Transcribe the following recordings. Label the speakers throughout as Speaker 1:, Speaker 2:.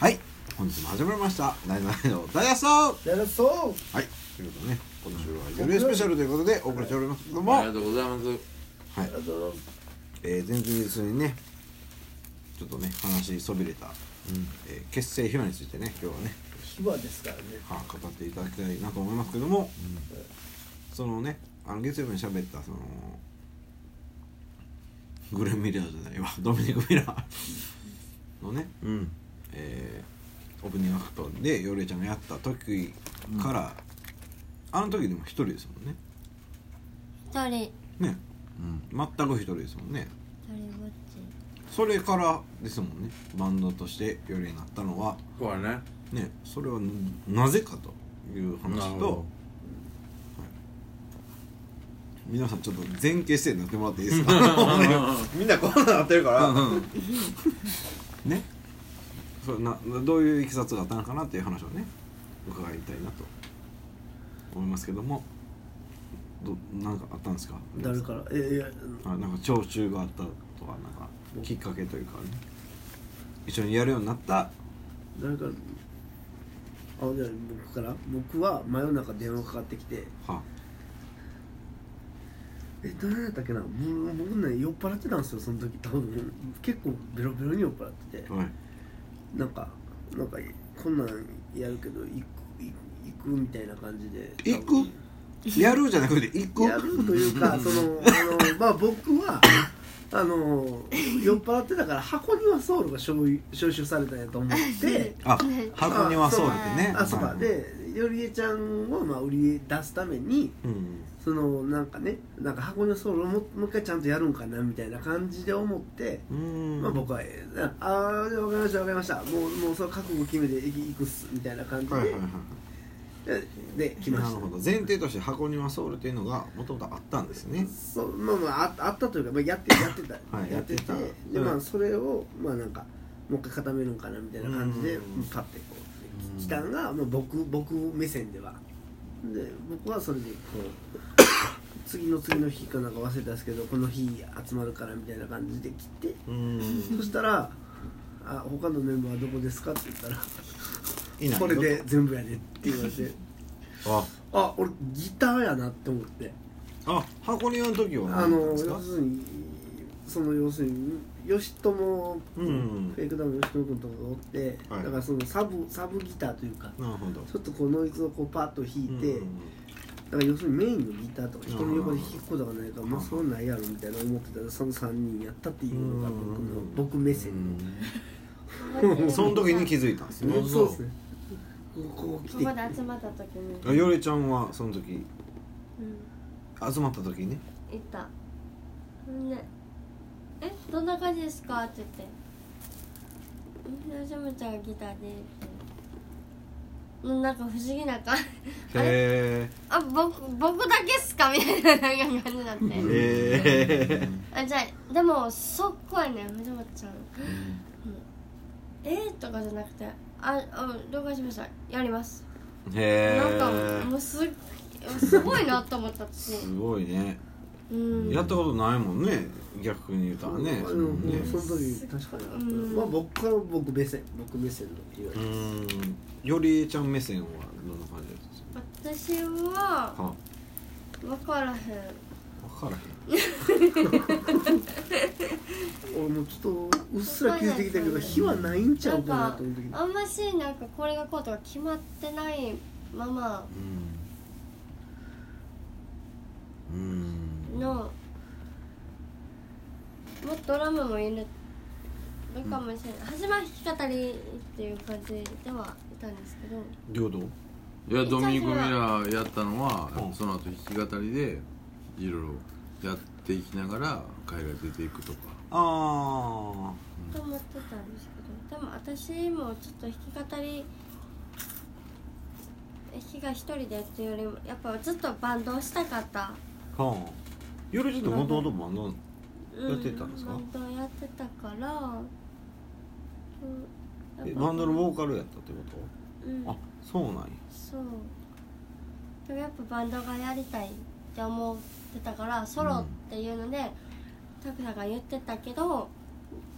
Speaker 1: 本日も始まりました「ナイナイのダイヤスト
Speaker 2: やるそ」。
Speaker 1: はいということでね今週はゆるえスペシャルということでお送りしておりますけども、
Speaker 3: ありがとうございます。
Speaker 1: はいう
Speaker 2: あの
Speaker 1: えー、前日にねちょっとね話しそびれた、えー結成秘話についてね今日はね、
Speaker 2: 秘話ですからね。
Speaker 1: は語っていただきたいなと思いますけども、そのねあの月曜日に喋ったそのグレン・ミラーじゃないわドミニク・ミラーのね、
Speaker 3: うん。
Speaker 1: えーオープニングアクトでヨレイちゃんがやった時から、あの時でも一人ですもんね
Speaker 4: 一人
Speaker 1: ね
Speaker 3: うん。
Speaker 1: 全く一人ですもんね
Speaker 4: 一人ぼっち
Speaker 1: それからですもんねバンドとしてよりになったのは
Speaker 3: そうだね。
Speaker 1: ねそれはなぜかという
Speaker 3: な
Speaker 1: 話
Speaker 3: るほ
Speaker 1: と、
Speaker 3: ど
Speaker 1: はい、皆さんちょっと前傾姿勢になってもらっていいですか もうねみんなこんななってるからねそれなどういういきさつがあったのかなっていう話をね伺いたいなと思いますけどもどなんかあったんですか
Speaker 2: 誰からえいや
Speaker 1: あなんか聴衆があったとかなんかきっかけというかね一緒にやるようになった
Speaker 2: 誰からあじゃあ僕から僕は真夜中電話かかってきて
Speaker 1: は
Speaker 2: え誰だったっけなもう僕ね酔っ払ってたんですよその時多分結構ベロベロに酔っ払ってて
Speaker 1: はい
Speaker 2: なんかなんかこんなんやるけど行くい行くみたいな感じで
Speaker 1: 行くやるじゃなくて行く
Speaker 2: やるというかそのあのまあ僕はあの酔っ払ってたから箱庭ソウルが消収されたんやと思って
Speaker 1: あ箱庭そうだってね
Speaker 2: あそうか
Speaker 1: はい
Speaker 2: でよりえちゃんをまあ売り出すために
Speaker 1: うん
Speaker 2: そのなんかねなんか箱庭ソウルをももう一回ちゃんとやるんかなみたいな感じで思って。
Speaker 1: うん
Speaker 2: まあ、僕は、えーああ、わかりました、わかりました、もう、もう、そう、覚悟決めて、行き行くっすみたいな感じで、
Speaker 1: はいはいはいは
Speaker 2: でで、来
Speaker 1: い
Speaker 2: ま
Speaker 1: な
Speaker 2: し
Speaker 1: る
Speaker 2: た
Speaker 1: ほ。ど前提として箱庭ソウルっていうのがもともとあったんですね
Speaker 2: そうまあまあああったというか、まあ、やってやってた、
Speaker 1: はい
Speaker 2: やってて
Speaker 1: やってた
Speaker 2: で
Speaker 1: うん
Speaker 2: まあそれをまあなんかもう一回固めるんかなみたいな感じで
Speaker 1: うん
Speaker 2: パッてこう来たんが、まあ、僕僕目線ではで僕はそれでこう次の次の日かなんか忘れたんですけどこの日集まるからみたいな感じで来て
Speaker 1: うん
Speaker 2: そしたら「あ他のメンバーはどこですか?」って言ったら
Speaker 1: いない
Speaker 2: これで全部やで」って言われて
Speaker 1: あ
Speaker 2: あ俺ギターやなって思って。
Speaker 1: あ箱庭の時は
Speaker 2: あ
Speaker 1: 何だったん
Speaker 2: の
Speaker 1: ですか
Speaker 2: 要するにその要するに吉友君、
Speaker 1: うん
Speaker 2: フェイクダウンの吉友君とかがおって、
Speaker 1: はい
Speaker 2: だからそのサブサブギターというか
Speaker 1: なるほど
Speaker 2: ちょっとこうノイズをこうパッと弾いて、
Speaker 1: うん
Speaker 2: だから要するにメインのギターとか人の横で弾くことがないから、
Speaker 1: うん
Speaker 2: まあそうないやろみたいな思ってたらその3人やったっていうのが僕の、
Speaker 1: うん
Speaker 2: 僕目線、
Speaker 1: うん その時に気づいたんですね
Speaker 2: うんそうですねこう来
Speaker 4: こ
Speaker 2: て
Speaker 4: こで集まった時に、
Speaker 1: あよれちゃんはその時
Speaker 4: うん、
Speaker 1: 集まった時ね
Speaker 4: 行ったほんで「えどんな感じですか?」って言って「ん吉村ちゃんがギターで」ってもうなんか不思議な感じ あれ
Speaker 1: へ
Speaker 4: あ僕僕だけっすかみたいななんか感じになって、
Speaker 1: えへえ
Speaker 4: あじゃあでもそっこやね藤本ちゃん「えーとかじゃなくて「ああ了解しましたやります」
Speaker 1: へ
Speaker 4: なんかも
Speaker 1: え
Speaker 4: うすすごいなと思ったし、
Speaker 1: すごいね
Speaker 4: うん、
Speaker 1: やったことないもんね逆に言うたらね
Speaker 2: あ
Speaker 1: そ
Speaker 2: の
Speaker 1: のね
Speaker 2: その時確かに、
Speaker 4: うん
Speaker 2: まあ僕から僕目線僕目線の言わ
Speaker 1: う
Speaker 2: れて
Speaker 1: ーんよりえちゃん目線はどんな感じです
Speaker 4: 私は
Speaker 1: かは
Speaker 4: 分からへん
Speaker 1: 分からへ
Speaker 2: 俺もちょっとうっすら気づいてきたけど火はないんちゃうかなと思う時に
Speaker 4: あんましなんかこれがこうとか決まってないまま
Speaker 3: うん。うん。
Speaker 4: のもっとドラムも入れるかもしれない始まり弾き語りっていう感じではいたんですけど
Speaker 1: ん領土
Speaker 3: いやドミニク・ミラーやったのは、
Speaker 1: うん
Speaker 3: その後弾き語りでいろいろやっていきながら海外出ていくとか
Speaker 1: あ
Speaker 4: と思ってたんですけどでも私もちょっと弾き語り弾きが一人でっていうよりもやっぱずっとバンドをしたかった
Speaker 1: あはあよりちゃんってもともとバンドなのやってたんですか
Speaker 4: うバンドやってたから、うん
Speaker 1: え
Speaker 4: やっぱ
Speaker 1: バンドのボーカルやったってこ
Speaker 4: うん
Speaker 1: とあそうなんや
Speaker 4: そうでもやっぱバンドがやりたいって思ってたからソロっていうので、拓さんが言ってたけど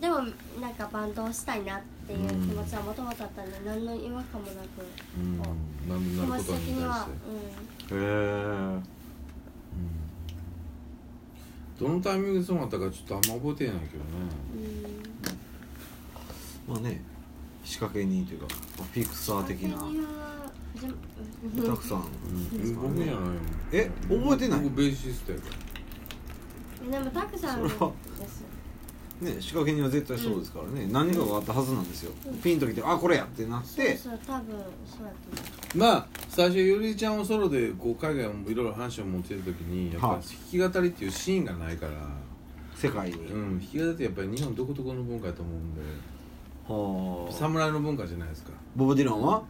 Speaker 4: でもなんかバンドをしたいなっていう気持ちはもともとあったんで何の違和感もなく
Speaker 3: うん
Speaker 4: こ
Speaker 3: なん
Speaker 4: う
Speaker 3: な
Speaker 4: 気持
Speaker 3: る
Speaker 4: ち
Speaker 3: こと
Speaker 4: 的
Speaker 3: に
Speaker 4: に
Speaker 3: 対
Speaker 4: は
Speaker 3: して
Speaker 1: へえ
Speaker 3: どのタイミングでそうなったかちょっとあんま覚えてないけどね
Speaker 4: うんうん
Speaker 1: まあね仕掛け人というかピクサー的な
Speaker 4: 勝手にはじゅ
Speaker 1: たくさんですから
Speaker 3: 僕
Speaker 1: ね
Speaker 3: じゃないもん
Speaker 1: え覚えてない
Speaker 3: 僕ベーシストやから
Speaker 4: でもたくさんです
Speaker 1: それはね仕掛け人は絶対そうですからね、何かがあったはずなんですよ、
Speaker 4: うん
Speaker 1: ピンときてあこれやってなっ
Speaker 4: そう
Speaker 1: て
Speaker 4: そう多分そうやと
Speaker 3: まあ最初ゆりちゃんをソロでこう海外もいろいろ話を持ってる時にやっぱり弾き語りっていうシーンがないから、
Speaker 1: 世界に、
Speaker 3: うん、弾き語りってやっぱり日本どこどこの文化やと思うんで
Speaker 1: はあ
Speaker 3: 侍の文化じゃないですか
Speaker 1: ボブ・ディランは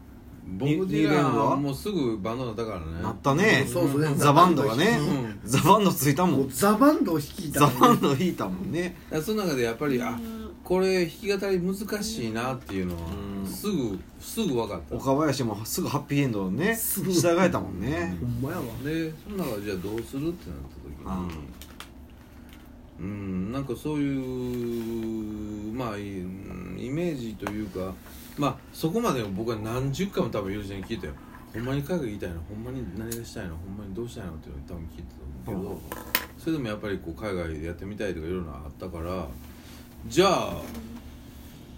Speaker 3: ボブ・ディランはもうすぐバンドだったからね
Speaker 1: なったね、
Speaker 2: そうそうね
Speaker 1: ザ・バンドがね、
Speaker 3: う
Speaker 1: ザ・バンドついたも
Speaker 2: もうんザバンドを率いた
Speaker 1: ザ・
Speaker 2: の
Speaker 1: バンド引いたもんね
Speaker 3: だからその中でやっぱりあこれ弾き語り難しいなっていうのは
Speaker 1: うん
Speaker 3: すぐすぐ分かった
Speaker 1: 岡林もすぐハッピーエンドをね
Speaker 2: すぐ
Speaker 1: 従えたもんね
Speaker 2: ほ、んまやわ
Speaker 3: でその中でじゃあどうするってなった時にうんなんかそういうまあいいうんイメージというかまあそこまで僕は何十回も多分友人に聞いたよほんまに影言いたいのほんまに何がしたいのほんまにどうしたいのっていうのを多分聞いてたと思うけどそれでもやっぱりこう海外でやってみたいとかいろいろあったからじゃあ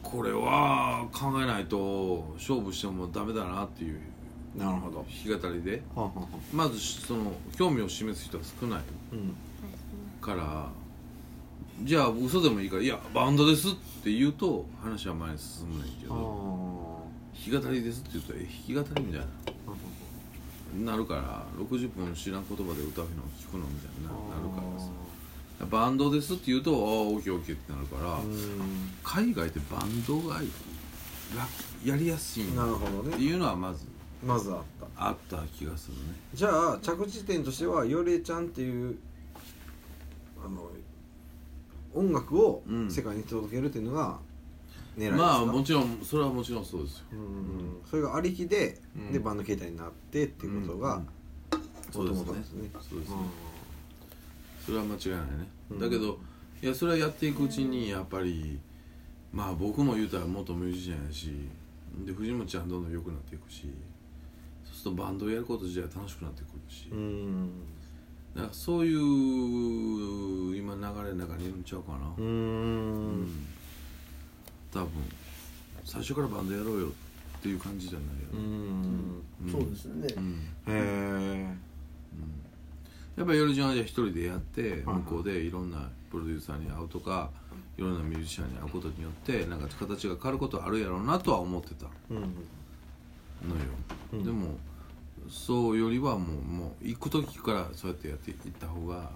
Speaker 3: これは考えないと勝負してもダメだなっていう
Speaker 1: なるほどは
Speaker 3: 弾き語りで
Speaker 1: あ、はあはあ
Speaker 3: まずその興味を示す人は少ない
Speaker 1: うん、
Speaker 3: からじゃあ嘘でもいいから「いやバンドです」って言うと話は前に進むねんけ
Speaker 1: あ
Speaker 3: ど「弾き語りです」って言うと「え弾き語り?」みたいななるから60分知らん言葉で歌うの聞くのみたいにななるからさバンドですって言うと「ああオッケーオッケー」ってなるから、
Speaker 1: らうん
Speaker 3: 海外ってバンドが楽やりやすいんだ
Speaker 1: な
Speaker 3: っ
Speaker 1: るほど
Speaker 3: て
Speaker 1: ね
Speaker 3: いうのはまず
Speaker 1: まずあった
Speaker 3: あった気がするね
Speaker 1: じゃあ着地点としてはよれちゃんっていうあの音楽を
Speaker 3: うん
Speaker 1: 世界に届けるっていうのが狙いですか、
Speaker 3: まあもちろんそれはもちろんそうですよ
Speaker 1: うんそれがありきで、
Speaker 3: うん
Speaker 1: でバンド形態になってっていうことが、
Speaker 3: うんそう
Speaker 1: 元
Speaker 3: です
Speaker 1: 々
Speaker 3: ね
Speaker 1: なんですね
Speaker 3: そうですね
Speaker 1: う
Speaker 3: それは間違いないね、
Speaker 1: うん
Speaker 3: だけどいやそれはやっていくうちにやっぱりまあ僕も言うたら元ミュージシャンやしで藤本ちゃんどんどん良くなっていくしそうするとバンドをやること自体は楽しくなってくるし、
Speaker 1: んうん
Speaker 3: だからそういう今流れの中にいるんちゃうかな、
Speaker 1: うーん
Speaker 3: 多分最初からバンドやろうよっていう感じじゃないよ
Speaker 1: うん
Speaker 3: ね、ん
Speaker 2: そうですよね
Speaker 3: うん
Speaker 1: へえ
Speaker 3: やっぱり夜ジャンはじゃあ一人でやって
Speaker 1: はい
Speaker 3: 向こうでいろんなプロデューサーに会うとかいろんなミュージシャンに会うことによってなんか形が変わることあるやろうなとは思ってた
Speaker 1: うん
Speaker 3: のよ、
Speaker 1: うん
Speaker 3: でもそうよりはもうもう行く時からそうやってやっていった方が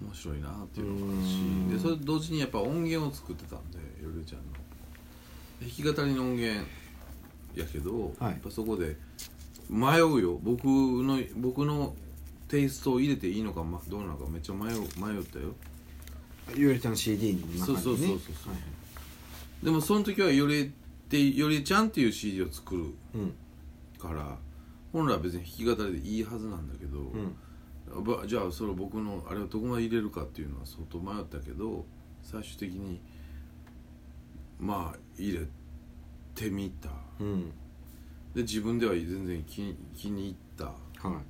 Speaker 3: 面白いなっていうのがある
Speaker 1: うーん
Speaker 3: しでそれと同時にやっぱ音源を作ってたんでよりちゃんの弾き語りの音源やけど、
Speaker 1: はい
Speaker 3: やっぱそこで迷うよ僕の僕のテイストを入れていいのか、ま、どうなのかめっちゃ迷う迷ったよ
Speaker 1: ゆりちゃんの CD の中にね
Speaker 3: そうそうそうそうそうでもその時はよりってよりちゃんっていう CD を作る
Speaker 1: うん
Speaker 3: から本来は別に弾き語りでいいはずなんだけど、
Speaker 1: うん
Speaker 3: ばじゃあそれ僕のあれをどこまで入れるかっていうのは相当迷ったけど最終的にまあ入れてみた
Speaker 1: うん
Speaker 3: で自分では全然気に気に入った
Speaker 1: は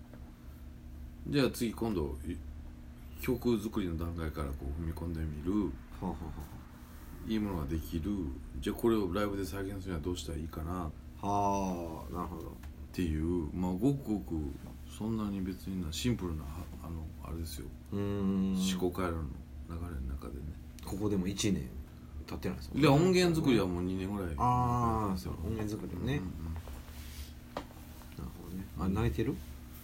Speaker 3: じゃあ次今度い曲作りの段階からこう踏み込んでみる
Speaker 1: いはははい
Speaker 3: いものができるじゃあこれをライブで再現するにはどうしたらいいかなっ
Speaker 1: あはあなるほど
Speaker 3: ていうまあごくごくそんなに別になシンプルなはあのあれですよ、
Speaker 1: うーん
Speaker 3: 思考回路の流れの中でね
Speaker 1: ここでも1年経ってないですもん
Speaker 3: で音源作りはもう2年ぐらい
Speaker 1: ああそうう音源作りね、
Speaker 3: んうん
Speaker 1: なるほどねあ泣いてる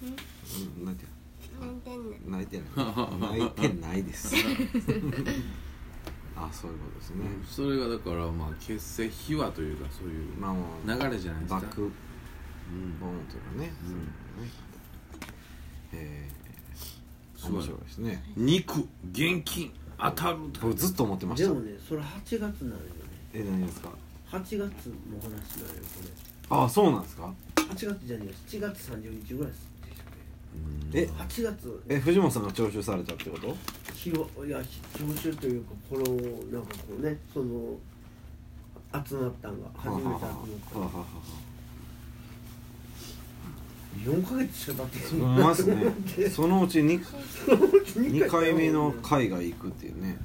Speaker 1: うん泣いてる
Speaker 4: 泣いてん
Speaker 1: 泣い
Speaker 4: ね
Speaker 1: てない泣いてないですあそういうことですね、
Speaker 3: うんそれがだからまあ結成秘話というかそういう
Speaker 1: まあまあ
Speaker 3: 流れじゃないですか
Speaker 1: バック
Speaker 3: うん
Speaker 1: ボーンというかね、
Speaker 3: うん
Speaker 1: そういうのねえ
Speaker 3: す
Speaker 1: ー、
Speaker 3: ご
Speaker 1: 面
Speaker 3: い
Speaker 1: 白いですね
Speaker 3: 肉現金当たる
Speaker 1: 僕ずっと思ってまし
Speaker 2: で
Speaker 1: た
Speaker 2: もねそれ8月なのよね
Speaker 1: え何ですか
Speaker 2: 8月の話なのよ
Speaker 1: あそうなんですか
Speaker 2: これ8月じゃねえよ7月30日ぐらいです
Speaker 1: え
Speaker 2: 8月
Speaker 1: え藤本さんが徴収されたってこと
Speaker 2: 7ひよいやひ聴衆というかこのなんかこうねその集まったんが初めて集まった
Speaker 1: はははは
Speaker 2: 4ヶ月しか経って
Speaker 1: うまっ すねそのうち 2,
Speaker 2: 2
Speaker 1: 2回目の海外行くっていうね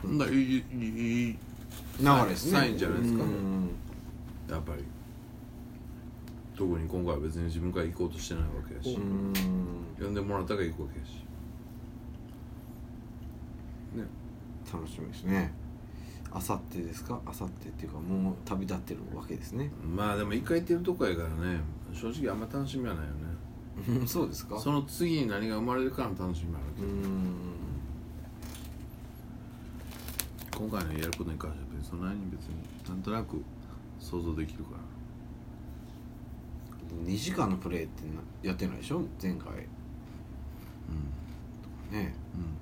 Speaker 3: ほんだらいいいい
Speaker 1: 流れですね
Speaker 3: サインじゃないですか
Speaker 1: うんうん
Speaker 3: やっぱり特に今回は別に自分から行こうとしてないわけやし
Speaker 1: うんうん
Speaker 3: 呼んでもらったから行くわけやし
Speaker 1: 楽しみですねあさってですかあさってっていうかもう旅立ってるわけですね
Speaker 3: まあでも一回行ってるとこやからね正直あんま楽しみはないよね
Speaker 1: うんそうですか
Speaker 3: その次に何が生まれるかの楽しみはある
Speaker 1: う
Speaker 3: け
Speaker 1: ー
Speaker 3: ど、
Speaker 1: ん
Speaker 3: 今回のやることに関しては別にそんなに別になんとなく想像できるから
Speaker 1: 2時間のプレーってなやってないでしょ前回ね
Speaker 3: うん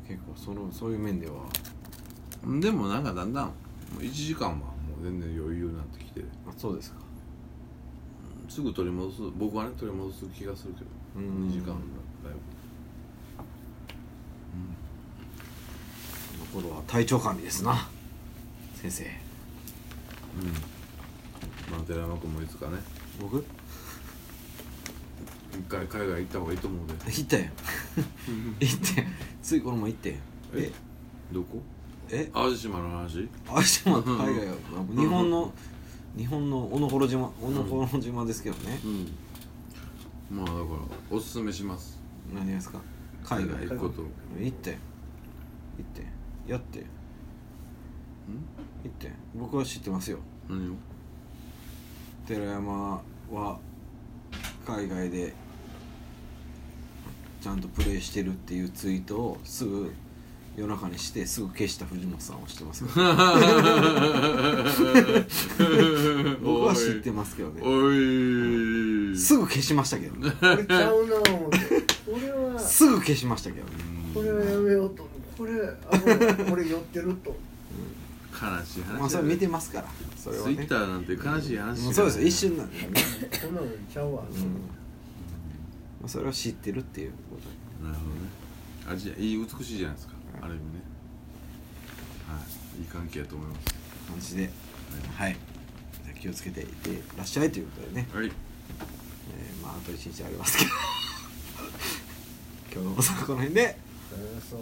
Speaker 1: 結構そのそういう面では
Speaker 3: うんでもなんかだんだんもう1時間はもう全然余裕になってきて
Speaker 1: あそうですか
Speaker 3: すぐ取り戻す僕はね取り戻す気がするけど
Speaker 1: うん
Speaker 3: 2時間だよ
Speaker 1: 残るは体調管理ですな先生
Speaker 3: うんまあ寺山君もいつかね
Speaker 1: 僕
Speaker 3: 一回海外行った方がいいと思うで
Speaker 1: 行ったやん行ってんついこのも行ってん
Speaker 3: えどこ
Speaker 1: え
Speaker 3: 淡路島の話
Speaker 1: あれ島の海外は日本の日本の小野幌島小野幌島ですけどね
Speaker 3: うんまあだからおすすめします
Speaker 1: 何がですか海
Speaker 3: 海
Speaker 1: 外行
Speaker 3: 外行
Speaker 1: く
Speaker 3: くこ
Speaker 1: っ
Speaker 3: と
Speaker 1: てん行ってんやってん行ってん僕は知ってますよ
Speaker 3: 何を
Speaker 1: 寺山は海外でちゃんとプレーしてるっていうツイートをすぐ夜中にしてすぐ消した藤本さんを知ってますけど 僕は知ってますけどね
Speaker 3: おい
Speaker 1: すぐ消しましたけどね
Speaker 2: これちゃうな思ってこれは
Speaker 1: すぐ消しましたけどね
Speaker 2: これはやめようとこれあのこれ寄ってると
Speaker 3: 悲しい話だね
Speaker 1: まあそれ見てますからそれは
Speaker 3: ツイ
Speaker 1: ね
Speaker 3: ッターなんて悲しい話し
Speaker 1: もう
Speaker 3: か
Speaker 1: そうですよ一
Speaker 3: ない
Speaker 1: 瞬なんでね、
Speaker 2: こんなのちゃうわ
Speaker 1: うんまあ、それは知ってるっていうことで
Speaker 3: なるほどねあじゃあいい美しいじゃないですかある意味ねはいいい関係だと思います
Speaker 1: 感じではいじゃあ気をつけていってらっしゃいということでね
Speaker 3: はい
Speaker 1: えーまああと1日ありますけど 今日の放送はこの辺で
Speaker 2: そう